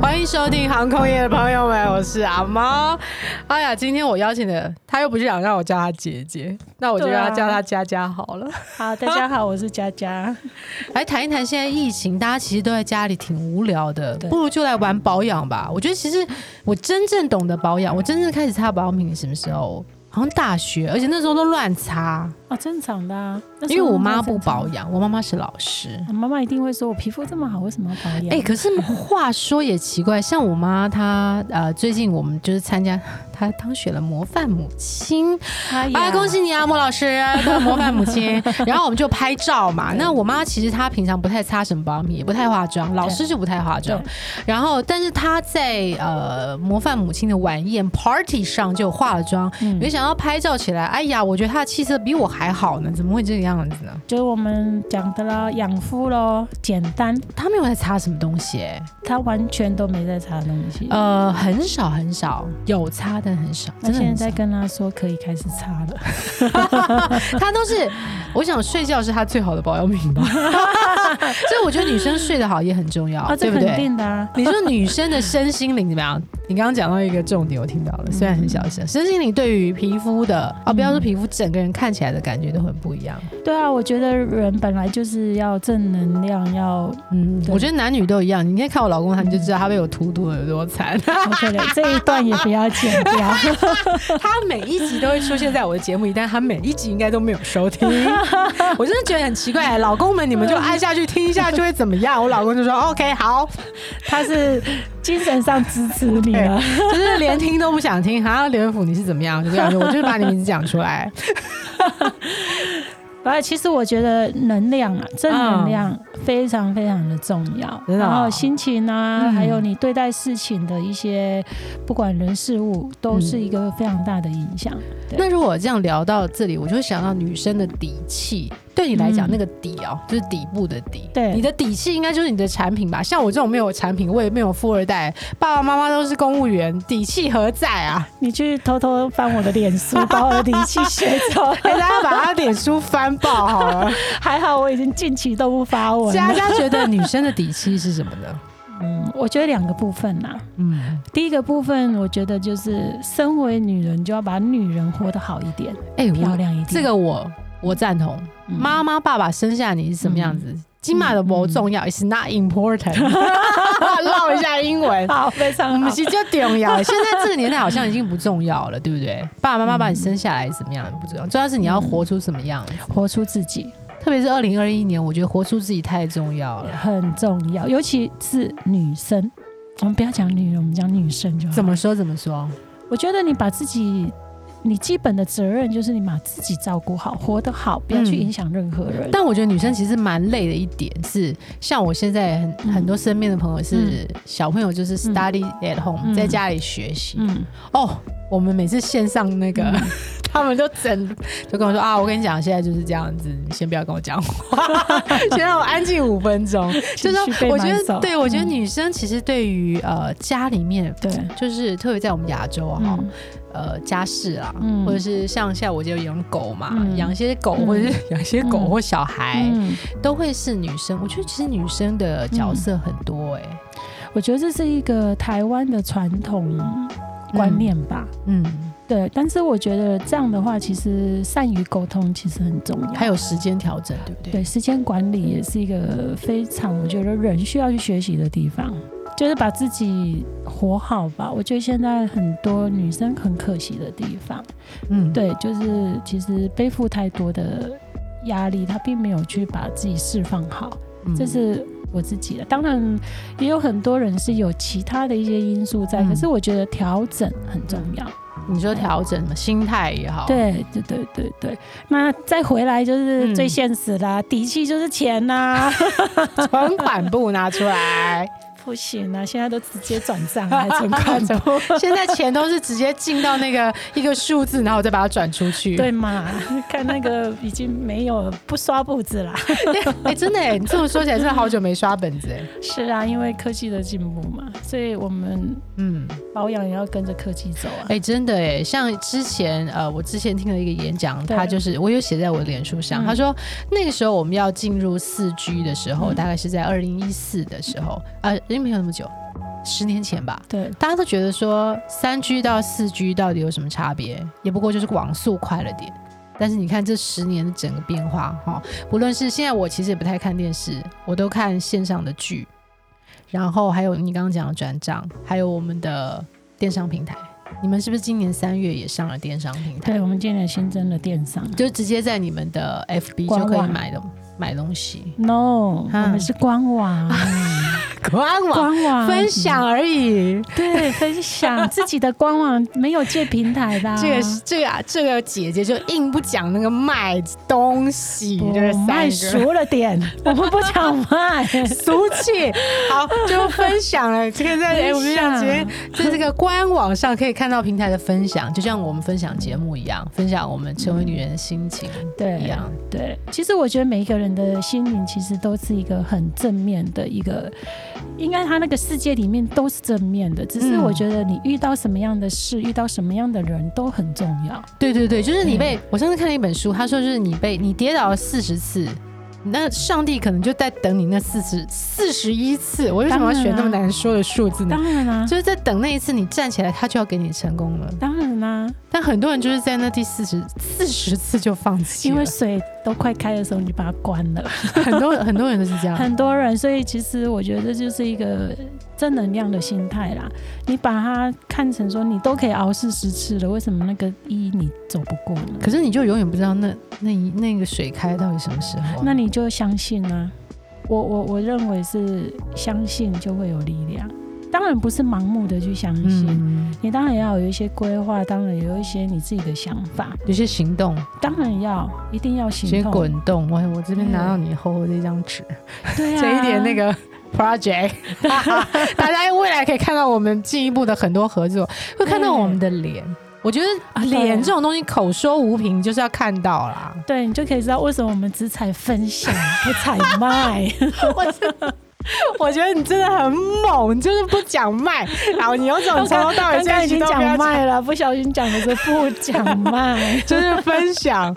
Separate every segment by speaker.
Speaker 1: 欢迎收听航空业的朋友们，我是阿猫。哎呀，今天我邀请的，他又不是想让我叫她姐姐，那我就
Speaker 2: 对
Speaker 1: 让
Speaker 2: 啊
Speaker 1: 她叫她佳佳好了。
Speaker 2: 好，大家好，我是佳佳。
Speaker 1: 来谈一谈现在疫情，大家其实都在家里挺无聊的，
Speaker 2: 对
Speaker 1: 不如就来玩保养吧。我觉得其实我真正懂得保养，我真正开始擦保养品是什么时候？好像大学，而且那时候都乱擦，
Speaker 2: 哦，正常的、啊，那时
Speaker 1: 因
Speaker 2: 候
Speaker 1: 为我妈不
Speaker 2: 正常
Speaker 1: 保，养，我妈妈是老师。
Speaker 2: 我妈妈一定会说我皮肤这么好，为什么要保养？
Speaker 1: 哎、可 是话说也奇怪，像我妈她呃，最近我们就是参加 她当选了模范母亲，
Speaker 2: 哎呀
Speaker 1: 啊，恭喜你啊，莫老师，模范母 亲。然后我们就拍照嘛。那我妈其实她平常不太擦什么保养品，也不太化妆，老师就不太化妆
Speaker 2: 对。
Speaker 1: 然后，但是她在呃模范母亲的晚宴 party 上就化了妆，没想到拍照起来，哎呀，我觉得她的气色比我还好呢，怎么会这个样子呢？
Speaker 2: 就是我们讲的啦，养肤咯，简单，
Speaker 1: 她没有在擦什么东西、哎
Speaker 2: 她完全都没在擦东西。
Speaker 1: 呃，很少很少，有擦但很少，
Speaker 2: 那
Speaker 1: 真的
Speaker 2: 现
Speaker 1: 很少
Speaker 2: 在。跟她说可以开始擦了，
Speaker 1: 她都是，我想睡觉是她最好的保养品 吧。所以我觉得女生睡得好也很重要，
Speaker 2: 啊，
Speaker 1: 对
Speaker 2: 这
Speaker 1: 不
Speaker 2: 肯
Speaker 1: 对？
Speaker 2: 定的啊。
Speaker 1: 你说女生的身心灵怎么样？你刚刚讲到一个重点，我听到了，虽然很小
Speaker 2: 嗯
Speaker 1: 声，身心灵对于皮肤的啊、不要说皮肤，整个人看起来的感觉都很不一样。
Speaker 2: 对啊，我觉得人本来就是要正能量，要
Speaker 1: 嗯，
Speaker 2: 对
Speaker 1: 我觉得男女都一样。你应该看我老公，他你就知道他被我荼毒的有多惨。
Speaker 2: OK 的。这一段也不要剪掉。
Speaker 1: 他每一集都会出现在我的节目里，但他每一集应该都没有收 听。我真的觉得很奇怪，老公们你们就按下去听一下就会怎么 样？我老公就说 OK 好，
Speaker 2: 她是精神上支持你
Speaker 1: 哎
Speaker 2: 了。
Speaker 1: 就是连听都不想听。好，刘元甫你是怎么样？就这样，我就把你名字讲出来。
Speaker 2: 而其实我觉得能量啊，正能量非常非常的重要。
Speaker 1: 真的哦
Speaker 2: 然后心情啊，
Speaker 1: 嗯
Speaker 2: 还有你对待事情的一些，不管人事物，都是一个非常大的影响。对
Speaker 1: 那如果这样聊到这里，我就会想到女生的底气，对你来讲，
Speaker 2: 嗯
Speaker 1: 那个底哦，就是底部的底。
Speaker 2: 对
Speaker 1: 你的底气应该就是你的产品吧？像我这种没有产品，我也没有富二代，爸爸妈妈都是公务员，底气何在 啊？
Speaker 2: 你去偷偷翻我的脸书，把我的底气学走。
Speaker 1: 哎，大家把他脸书翻爆好了。
Speaker 2: 还好我已经近期都不发文
Speaker 1: 佳
Speaker 2: 了。
Speaker 1: 佳觉得女生的底气是什么呢？
Speaker 2: 嗯，我觉得两个部分啦、
Speaker 1: 嗯，
Speaker 2: 第一个部分，我觉得就是身为女人，就要把女人活得好一点，
Speaker 1: 哎、
Speaker 2: 漂
Speaker 1: 我
Speaker 2: 亮一点。
Speaker 1: 这个我我赞同。
Speaker 2: 嗯
Speaker 1: 妈妈、爸爸生下你是什么样子，金马的不重要、i t s not important。唠一下英 文。
Speaker 2: 好，非
Speaker 1: 我
Speaker 2: 常好
Speaker 1: 们。是叫重要，现在这个年代好像已经不重要了，对不对？爸爸妈妈把你生下来怎么样不重要，重要是你要活出什么样子。
Speaker 2: 活出自己，
Speaker 1: 特别是二零二一年，我觉得活出自己太重要了。
Speaker 2: 很重要，尤其是女生。我们不要讲女人，我们讲女生就好。
Speaker 1: 怎？么说怎么说？
Speaker 2: 我觉得你把自己，你基本的责任就是你把自己照顾好，活得好，不要去
Speaker 1: 嗯
Speaker 2: 影响任何人。
Speaker 1: 但我觉得女生其实蛮累的一点是，像我现在很、
Speaker 2: 嗯
Speaker 1: 很多身边的朋友是、小朋友就是 study at home，、
Speaker 2: 嗯
Speaker 1: 在家里学习。
Speaker 2: 嗯，
Speaker 1: 哦，我们每次线上那个， 他们就整就跟我说啊，我跟你讲，现在就是这样子，你先不要跟我讲话， 先让我安静五分 钟。就
Speaker 2: 情
Speaker 1: 是
Speaker 2: 绪被
Speaker 1: 我觉
Speaker 2: 满
Speaker 1: 得，
Speaker 2: 走
Speaker 1: 对我觉得女生其实对于呃家里面，
Speaker 2: 嗯对，
Speaker 1: 就是特别在我们亚洲啊，呃家事啊，
Speaker 2: 嗯
Speaker 1: 或者是像现在我就养狗嘛，
Speaker 2: 嗯
Speaker 1: 养一些狗
Speaker 2: 嗯
Speaker 1: 或者是养一些狗
Speaker 2: 嗯
Speaker 1: 或小孩，
Speaker 2: 嗯，
Speaker 1: 都会是女生。我觉得其实女生的角色很多哎、
Speaker 2: 我觉得这是一个台湾的传统观念吧。
Speaker 1: 嗯，
Speaker 2: 对，但是我觉得这样的话，其实善于沟通其实很重要。
Speaker 1: 还有时间调整，对不对？
Speaker 2: 对，时间管理也是一个非常我觉得人需要去学习的地方，就是把自己活好吧。我觉得现在很多女生很可惜的地方，
Speaker 1: 嗯，
Speaker 2: 对，就是其实背负太多的压力，她并没有去把自己释放好，
Speaker 1: 嗯
Speaker 2: 这是。我自己的，当然也有很多人是有其他的一些因素在，
Speaker 1: 嗯
Speaker 2: 可是我觉得调整很重要。
Speaker 1: 你说调整嘛，心态也好，，
Speaker 2: 对对对对对，那再回来就是最
Speaker 1: 嗯
Speaker 2: 现实啦，底气就是钱 啦、
Speaker 1: 存款不拿出 来，
Speaker 2: 不行啊，现在都直接转账还存 款部，
Speaker 1: 现在钱都是直接进到那个一个数字，然后我再把它转出去。
Speaker 2: 对嘛？看那个已经没有不刷步子啦。
Speaker 1: 哎、真的哎，你这么说起来，真的好久没刷本子哎。
Speaker 2: 是啊，因为科技的进步嘛，所以我们
Speaker 1: 嗯，
Speaker 2: 保养也要跟着科技走啊。
Speaker 1: 哎、真的哎，像之前呃，我之前听了一个演讲，
Speaker 2: 对
Speaker 1: 他就是我有写在我的脸书上，
Speaker 2: 嗯
Speaker 1: 他说那个时候我们要进入四 G 的时候，
Speaker 2: 嗯
Speaker 1: 啊大概是在二零一四的时候，呃，因为没有那么久。十年前吧，
Speaker 2: 对，
Speaker 1: 大家都觉得说三 G 到四 G 到底有什么差别？也不过就是网速快了点。但是你看这十年的整个变化，哈、不论是现在我其实也不太看电视，我都看线上的剧，然后还有你刚刚讲的转账，还有我们的电商平台。你们是不是今年三月也上了电商平台？
Speaker 2: 对我们今年新增了电商
Speaker 1: 就直接在你们的 FB
Speaker 2: 官
Speaker 1: 就
Speaker 2: 网
Speaker 1: 可以买东买东西，
Speaker 2: ，no，、
Speaker 1: 啊
Speaker 2: 我们是官网，
Speaker 1: 官
Speaker 2: 官网
Speaker 1: 啊分享而已。
Speaker 2: 对，分享自己的官网没有借平台的啊、
Speaker 1: 这个这个这个姐姐就硬不讲那个卖东西，这
Speaker 2: 我
Speaker 1: 三
Speaker 2: 卖
Speaker 1: 个。
Speaker 2: 熟了点，我们不想卖。
Speaker 1: 俗 气，好，就分享 了。这个在哎，我们讲今天在这个官网上可以看到平台的分享，就像我们分享节目一样，分享我们成为女人的心情一
Speaker 2: 对
Speaker 1: 样。
Speaker 2: 对，其实我觉得每一个人的心灵其实都是一个很正面的一个，应该他那个世界里面都是正面的。只是
Speaker 1: 嗯
Speaker 2: 我觉得你遇到什么样的事，遇到什么样的人都很重要。
Speaker 1: 对对对，就是你被我上次看了一本书，他说就是你被你跌倒了四十次。那上帝可能就在等你那四十四十一次，我为什么要选那么难说的数字呢？
Speaker 2: 当然啦、
Speaker 1: 就是在等那一次你站起来，他就要给你成功了。
Speaker 2: 当然啦、啊
Speaker 1: 但很多人就是在那第四十四十次就放弃了，
Speaker 2: 因为水都快开的时候，你就把它关了。
Speaker 1: 很多很多人都是这样。
Speaker 2: 很多人，所以其实我觉得这就是一个正能量的心态啦。你把它看成说你都可以熬四十次了，为什么那个一你走不过呢？
Speaker 1: 可是你就永远不知道那那一那个水开到底什么时候啊、
Speaker 2: 那你就相信啊。我我我认为是相信就会有力量，当然不是盲目的去相信。
Speaker 1: 嗯，
Speaker 2: 你当然要有一些规划，当然有一些你自己的想法，
Speaker 1: 有些行动，
Speaker 2: 当然要一定要
Speaker 1: 有些
Speaker 2: 行动。
Speaker 1: 滚动。我我这边拿到你厚厚的一张纸，
Speaker 2: 对啊，
Speaker 1: 这一点那个 project，大家未来可以看到我们进一步的很多合作，会看到我们的脸。我觉得
Speaker 2: 啊对
Speaker 1: 脸这种东西口说无凭，就是要看到啦。
Speaker 2: 对你就可以知道为什么我们只采分享不采 卖。
Speaker 1: 我觉得你真的很猛，你就是不讲卖，然后你有种哦从头到尾
Speaker 2: 刚
Speaker 1: 这
Speaker 2: 刚
Speaker 1: 一
Speaker 2: 已
Speaker 1: 集
Speaker 2: 经
Speaker 1: 都不要
Speaker 2: 讲
Speaker 1: 讲，，
Speaker 2: 卖了，不小心讲的是不讲卖
Speaker 1: 就是分享。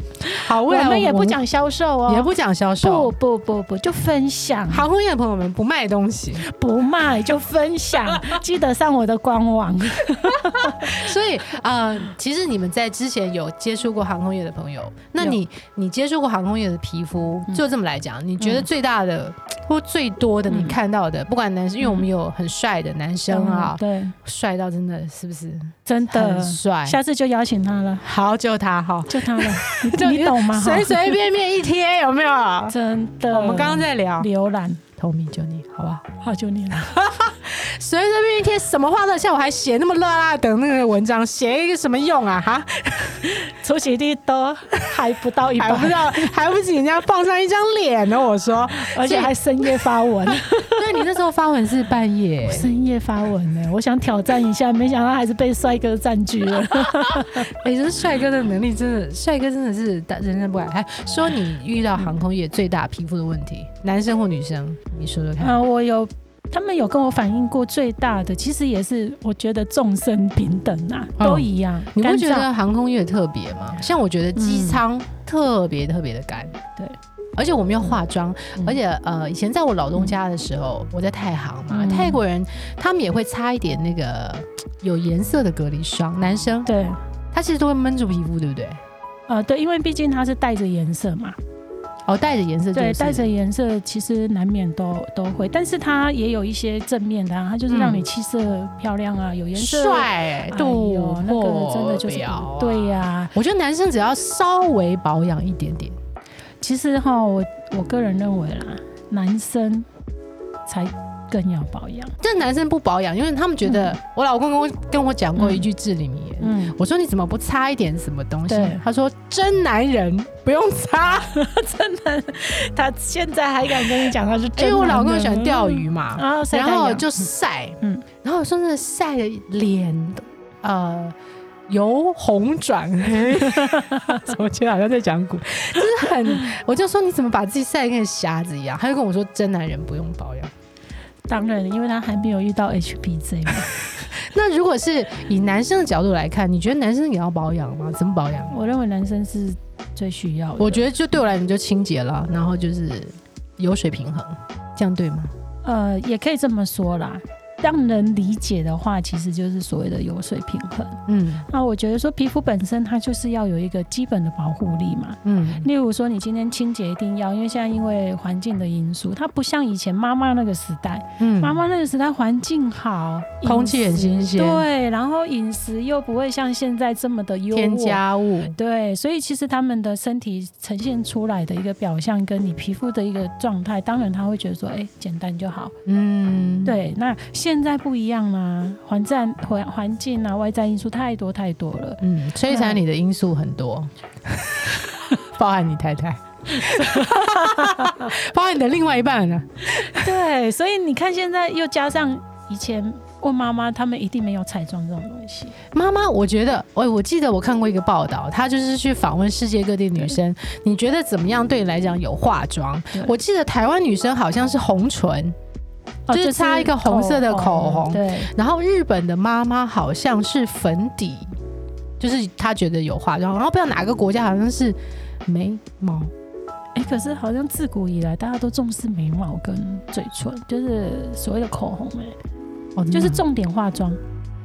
Speaker 1: 好，
Speaker 2: 我
Speaker 1: 未来
Speaker 2: 们也不，讲销售哦，
Speaker 1: 啊也不讲销售。
Speaker 2: 不不不不，就分享，
Speaker 1: 航空业的朋友们不卖东西，
Speaker 2: 不卖就 分享，记得上我的官网。
Speaker 1: 所以呃，其实你们在之前有接触过航空业的朋友，那你你接触过航空业的皮肤，
Speaker 2: 嗯
Speaker 1: 就这么来讲，你觉得最大的、或最多的你
Speaker 2: 嗯
Speaker 1: 看到的，不管男生，因为我们有很帅的男生啊，
Speaker 2: 对，
Speaker 1: 帅到真的是不是
Speaker 2: 真的
Speaker 1: 很，帅？
Speaker 2: 下次就邀请他了，
Speaker 1: 好，就他哈，
Speaker 2: 就 他了，
Speaker 1: 就
Speaker 2: 你你懂吗？
Speaker 1: 随随便便一贴有没有？
Speaker 2: 真的，
Speaker 1: 我们刚刚在聊
Speaker 2: 浏览，
Speaker 1: 投名就你，好不好？
Speaker 2: 好久你了，
Speaker 1: 随随便便一贴什么话都像我还写那么辣辣的那个文章，写一个什么用啊？哈，
Speaker 2: 出席率都还不到一
Speaker 1: 还不知
Speaker 2: 百，
Speaker 1: 道，还不仅人家放上一张脸呢。我说，
Speaker 2: 而且还深夜发文。
Speaker 1: 对你那时候发文是半夜
Speaker 2: 深夜发文呢、我想挑战一下，没想到还是被帅哥占 据了。
Speaker 1: 哎、这帅哥的能力真的，帅哥真的是大人人不改。还说你遇到航空业最大皮肤的问题，男生或女生，你说说看。
Speaker 2: 啊，我有，他们有跟我反映过，最大的其实也是我觉得众生平等啊，
Speaker 1: 嗯
Speaker 2: 都一样。
Speaker 1: 你不
Speaker 2: 干
Speaker 1: 觉
Speaker 2: 燥？嗯
Speaker 1: 得航空业特别吗？像我觉得机舱特别特别的干、
Speaker 2: 对。
Speaker 1: 而且我们要化妆，
Speaker 2: 嗯
Speaker 1: 而且呃，以前在我老东家的时候，我在太行嘛，
Speaker 2: 嗯
Speaker 1: 泰国人他们也会擦一点那个有颜色的隔离霜，男生
Speaker 2: 对，
Speaker 1: 他其实都会闷住皮肤，对不对？
Speaker 2: 呃，对，因为毕竟它是带着颜色嘛，
Speaker 1: 哦，带着颜色、就是，
Speaker 2: 对，带着颜色其实难免都都会，但是它也有一些正面的、啊，它就是让你气色漂亮啊，有颜色。
Speaker 1: 嗯帅、欸，
Speaker 2: 哎呦
Speaker 1: 度、
Speaker 2: 那个真的就是
Speaker 1: 不了啊
Speaker 2: 对呀、
Speaker 1: 我觉得男生只要稍微保养一点点，
Speaker 2: 其实哈，我我个人认为啦，男生才更要保养。
Speaker 1: 但男生不保养，因为他们觉得、我老公跟我跟我讲过一句至理名言，
Speaker 2: 嗯，
Speaker 1: 我说你怎么不擦一点什么东西
Speaker 2: 对？
Speaker 1: 他说真男人不用 擦，
Speaker 2: 真的， 他现在还敢跟你讲他
Speaker 1: 哎
Speaker 2: 是
Speaker 1: 因
Speaker 2: 真男人。
Speaker 1: 为我老公喜欢钓鱼
Speaker 2: 嗯
Speaker 1: 嘛，
Speaker 2: 啊，晒
Speaker 1: 然
Speaker 2: 太
Speaker 1: 后
Speaker 2: 阳
Speaker 1: 就晒，嗯
Speaker 2: 嗯，
Speaker 1: 然后我说真的晒的脸都，呃。由红转 黑，
Speaker 2: 啊
Speaker 1: 怎么觉得好像在讲股？就是很，我就说你怎么把自己晒得跟瞎子一样？他就跟我说，真男人不用保养。
Speaker 2: 当然，因为他还没有遇到 HPZ 嘛。
Speaker 1: 那如果是以男生的角度来看，你觉得男生也要保养吗？怎么保养？
Speaker 2: 我认为男生是最需要的。
Speaker 1: 我觉得就对我来讲就清洁了，然后就是油水平衡，这样对吗？
Speaker 2: 呃，也可以这么说啦。让人理解的话，其实就是所谓的油水平衡。
Speaker 1: 嗯
Speaker 2: 那我觉得说皮肤本身它就是要有一个基本的保护力嘛。
Speaker 1: 嗯
Speaker 2: 例如说，你今天清洁一定要，因为现在因为环境的因素，它不像以前妈妈那个时代，
Speaker 1: 嗯
Speaker 2: 妈妈那个时代环境好，
Speaker 1: 空气
Speaker 2: 饮
Speaker 1: 很
Speaker 2: 食
Speaker 1: 新鲜
Speaker 2: 对，然后饮食又不会像现在这么的优渥
Speaker 1: 添，加物，
Speaker 2: 对，所以其实他们的身体呈现出来的一个表象，跟你皮肤的一个状态，当然他会觉得说，哎，简单就好。
Speaker 1: 嗯，
Speaker 2: 对，那现在不一样啦、环战环环境啊，外在因素太多太多了。
Speaker 1: 嗯，摧残你的因素很多，包含你太 太，包含你的另外一半呢、
Speaker 2: 对，所以你看现在又加上以前问妈妈，他们一定没有彩妆这种东西。
Speaker 1: 妈妈，我觉得，哎，我记得我看过一个报道，她就是去访问世界各地女生，你觉得怎么样对你来讲有化妆
Speaker 2: 对？
Speaker 1: 我记得台湾女生好像是红唇，
Speaker 2: 哦
Speaker 1: 就是擦一个红色的口红
Speaker 2: 对，
Speaker 1: 然后日本的妈妈好像是粉底，就是她觉得有化妆，然后不知道哪个国家好像是眉毛，
Speaker 2: 哎，可是好像自古以来大家都重视眉毛跟嘴唇，就是所谓的口红、哎，
Speaker 1: 哦，
Speaker 2: 就
Speaker 1: 就是是
Speaker 2: 重点化妆。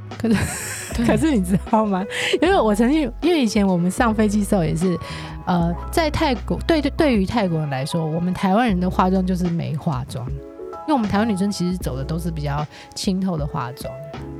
Speaker 1: 可是你知道吗？因为我曾经，因为以前我们上飞机的时候也是，呃，在泰国，对对，对于泰国人来说，我们台湾人的化妆就是没化妆，因为我们台湾女生其实走的都是比较清透的化妆。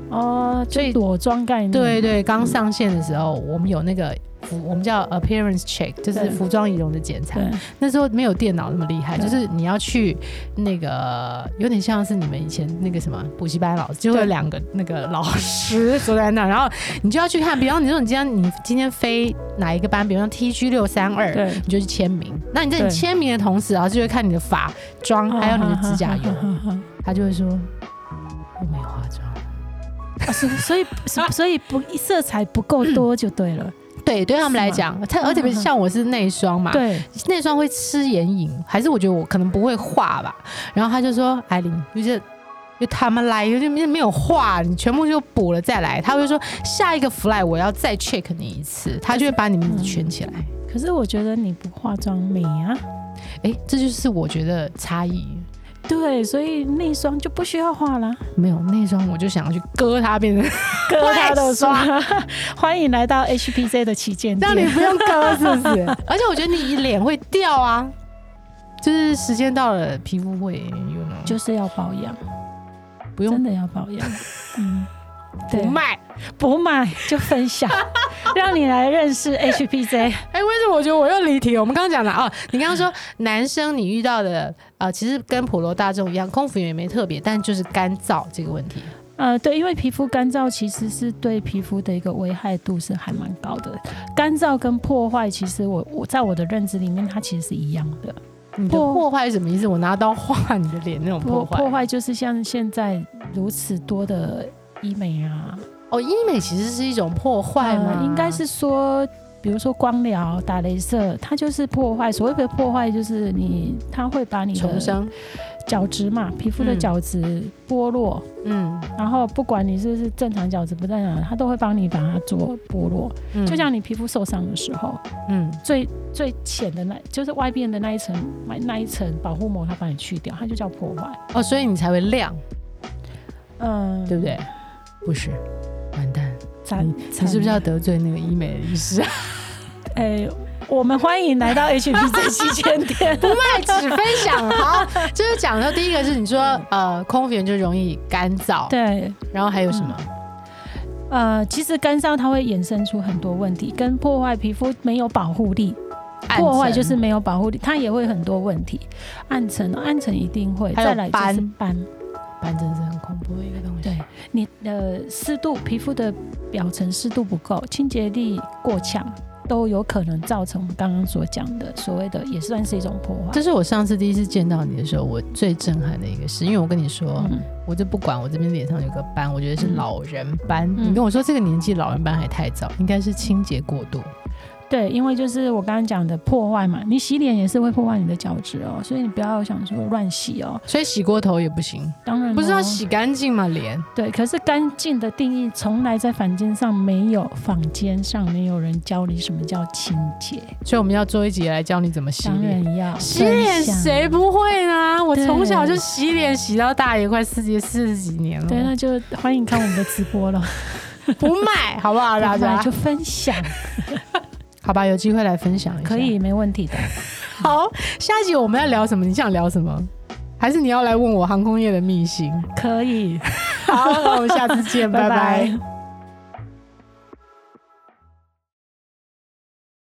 Speaker 2: 哦，
Speaker 1: 所以
Speaker 2: 就裸妆概念。
Speaker 1: 对对，刚上线的时候，我们有那个服，我们叫 appearance check，就是
Speaker 2: 对
Speaker 1: 服装仪容的检查
Speaker 2: 对。，
Speaker 1: 那时候没有电脑那么厉害，
Speaker 2: 对啊
Speaker 1: 就是你要去那个有点像是你们以前那个什么补习班老师，就会有
Speaker 2: 对
Speaker 1: 两个那个老师坐在那，然后你就要去看，比方你说你今天你今天飞哪一个班，比方 T G 六三二，
Speaker 2: 对
Speaker 1: 你就去签名。那你在你
Speaker 2: 对
Speaker 1: 签名的同时，然后就会看你的发妆，还有你的指甲油，他就会说我没化妆。
Speaker 2: 啊所以 所以所以不色彩不够多就 对了。
Speaker 1: 对，对他们来
Speaker 2: 是吗
Speaker 1: 讲，他而且
Speaker 2: 嗯嗯嗯
Speaker 1: 像我是内双嘛，
Speaker 2: 对，
Speaker 1: 那双会吃眼影，还是我觉得我可能不会画吧。然后他就说：“艾琳，就是就他们来，就没有画，你全部就补了再来。”他会说：“下一个 fly 我要再 check 你一次。”他就会把你名字圈起来。
Speaker 2: 可是我觉得你不化妆美啊。
Speaker 1: 哎、这就是我觉得差异。
Speaker 2: 对，所以内双就不需要画啦，
Speaker 1: 没有那双，我就想要去割它，变成
Speaker 2: 割
Speaker 1: 他
Speaker 2: 他
Speaker 1: 的
Speaker 2: 的
Speaker 1: 双
Speaker 2: 双。 欢迎来到 HPC 的旗舰
Speaker 1: 让你
Speaker 2: 店。
Speaker 1: 不用割，是不是？而且我觉得你脸会掉啊，就是时间到了，皮肤会有那种
Speaker 2: 就是要保养，
Speaker 1: 不用
Speaker 2: 真的要保 养。嗯，对
Speaker 1: 不，卖。
Speaker 2: 不买就 分享，让你来认识 HPC。
Speaker 1: 哎、为什么我觉得我又离题？我们刚刚讲的哦，你刚刚说男生你遇到的呃，其实跟普罗大众一样，空服员也没特别，但就是干燥这个问题。
Speaker 2: 呃，对，因为皮肤干燥其实是对皮肤的一个危害度是还蛮高的。干燥跟破坏，其实我我在我的认知里面，它其实是一样的。
Speaker 1: 你的
Speaker 2: 破
Speaker 1: 破坏是什么意思？我拿刀划你的脸那种破
Speaker 2: 破
Speaker 1: 坏？
Speaker 2: 破坏就是像现在如此多的医美啊，
Speaker 1: 哦，医美其实是一种破坏
Speaker 2: 呃
Speaker 1: 吗？
Speaker 2: 应该是说，比如说光疗、打镭射，它就是破坏。所谓的破坏，就是你它会把你
Speaker 1: 重
Speaker 2: 的
Speaker 1: 生。
Speaker 2: 角质嘛，皮肤的
Speaker 1: 嗯
Speaker 2: 角质剥落，
Speaker 1: 嗯，
Speaker 2: 然后不管你是不是正常角质不正常，它都会帮你把它做剥落。
Speaker 1: 嗯
Speaker 2: 就像你皮肤受伤的时候，
Speaker 1: 嗯
Speaker 2: 最最浅的那，就是外边的那一层，那那一层保护膜，它把你去掉，它就叫破坏。
Speaker 1: 哦，所以你才会亮，
Speaker 2: 嗯，
Speaker 1: 对不对？不是，完蛋，
Speaker 2: 惨？
Speaker 1: 你
Speaker 2: 惨
Speaker 1: 是不是要得罪那个医美的医师？啊
Speaker 2: 哎，我们欢迎来到 HPC 旗舰店。
Speaker 1: 卖只分享好，就是讲说第一个是你说呃，空服员就容易干燥，
Speaker 2: 对，嗯
Speaker 1: 然后还有什么？
Speaker 2: 呃，其实干燥它会衍生出很多问题，跟破坏皮肤没有保护力，
Speaker 1: 暗
Speaker 2: 破坏就
Speaker 1: 沉
Speaker 2: 是没有保护力，它也会很多问题。暗沉，暗沉一定会，
Speaker 1: 还有
Speaker 2: 再来就是
Speaker 1: 斑
Speaker 2: 斑。
Speaker 1: 斑真是很恐怖的一个东西。
Speaker 2: 对你的湿度，皮肤的表层湿度不够，清洁力过强，都有可能造成我们刚刚所讲的所谓的，也算是一种破坏。
Speaker 1: 这是我上次第一次见到你的时候，我最震撼的一个事，因为我跟你说，
Speaker 2: 嗯，
Speaker 1: 我就不管我这边脸上有个斑，我觉得是
Speaker 2: 嗯
Speaker 1: 老人斑。
Speaker 2: 嗯
Speaker 1: 你跟我说这个年纪老人斑还太早，应该是清洁过度。
Speaker 2: 对，因为就是我刚刚讲的破坏嘛，你洗脸也是会破坏你的角质哦，所以你不要想说乱洗哦。
Speaker 1: 所以洗过头也不行，
Speaker 2: 当然、
Speaker 1: 不是要
Speaker 2: 哦
Speaker 1: 洗干净吗？脸
Speaker 2: 对，可是干净的定义从来在房间上没有，坊间上没有人教你什么叫清洁，
Speaker 1: 所以我们要做一集来教你怎么洗
Speaker 2: 当
Speaker 1: 脸。
Speaker 2: 然要
Speaker 1: 洗脸
Speaker 2: 分享
Speaker 1: 谁不会呢？我
Speaker 2: 对
Speaker 1: 从小就洗脸洗到大，也快四十四十几年
Speaker 2: 对，啊
Speaker 1: 了。
Speaker 2: 那就欢迎看我们的直播了，
Speaker 1: 不卖好不 好？大
Speaker 2: 然
Speaker 1: 家
Speaker 2: 后就分享，
Speaker 1: 好吧，有机会来分享一下。
Speaker 2: 可以没问题的。
Speaker 1: 好，下一集我们要聊什么？你想聊什么？还是你要来问我航空业的秘辛？
Speaker 2: 可以，
Speaker 1: 好，那我们下次见，拜拜
Speaker 2: 拜拜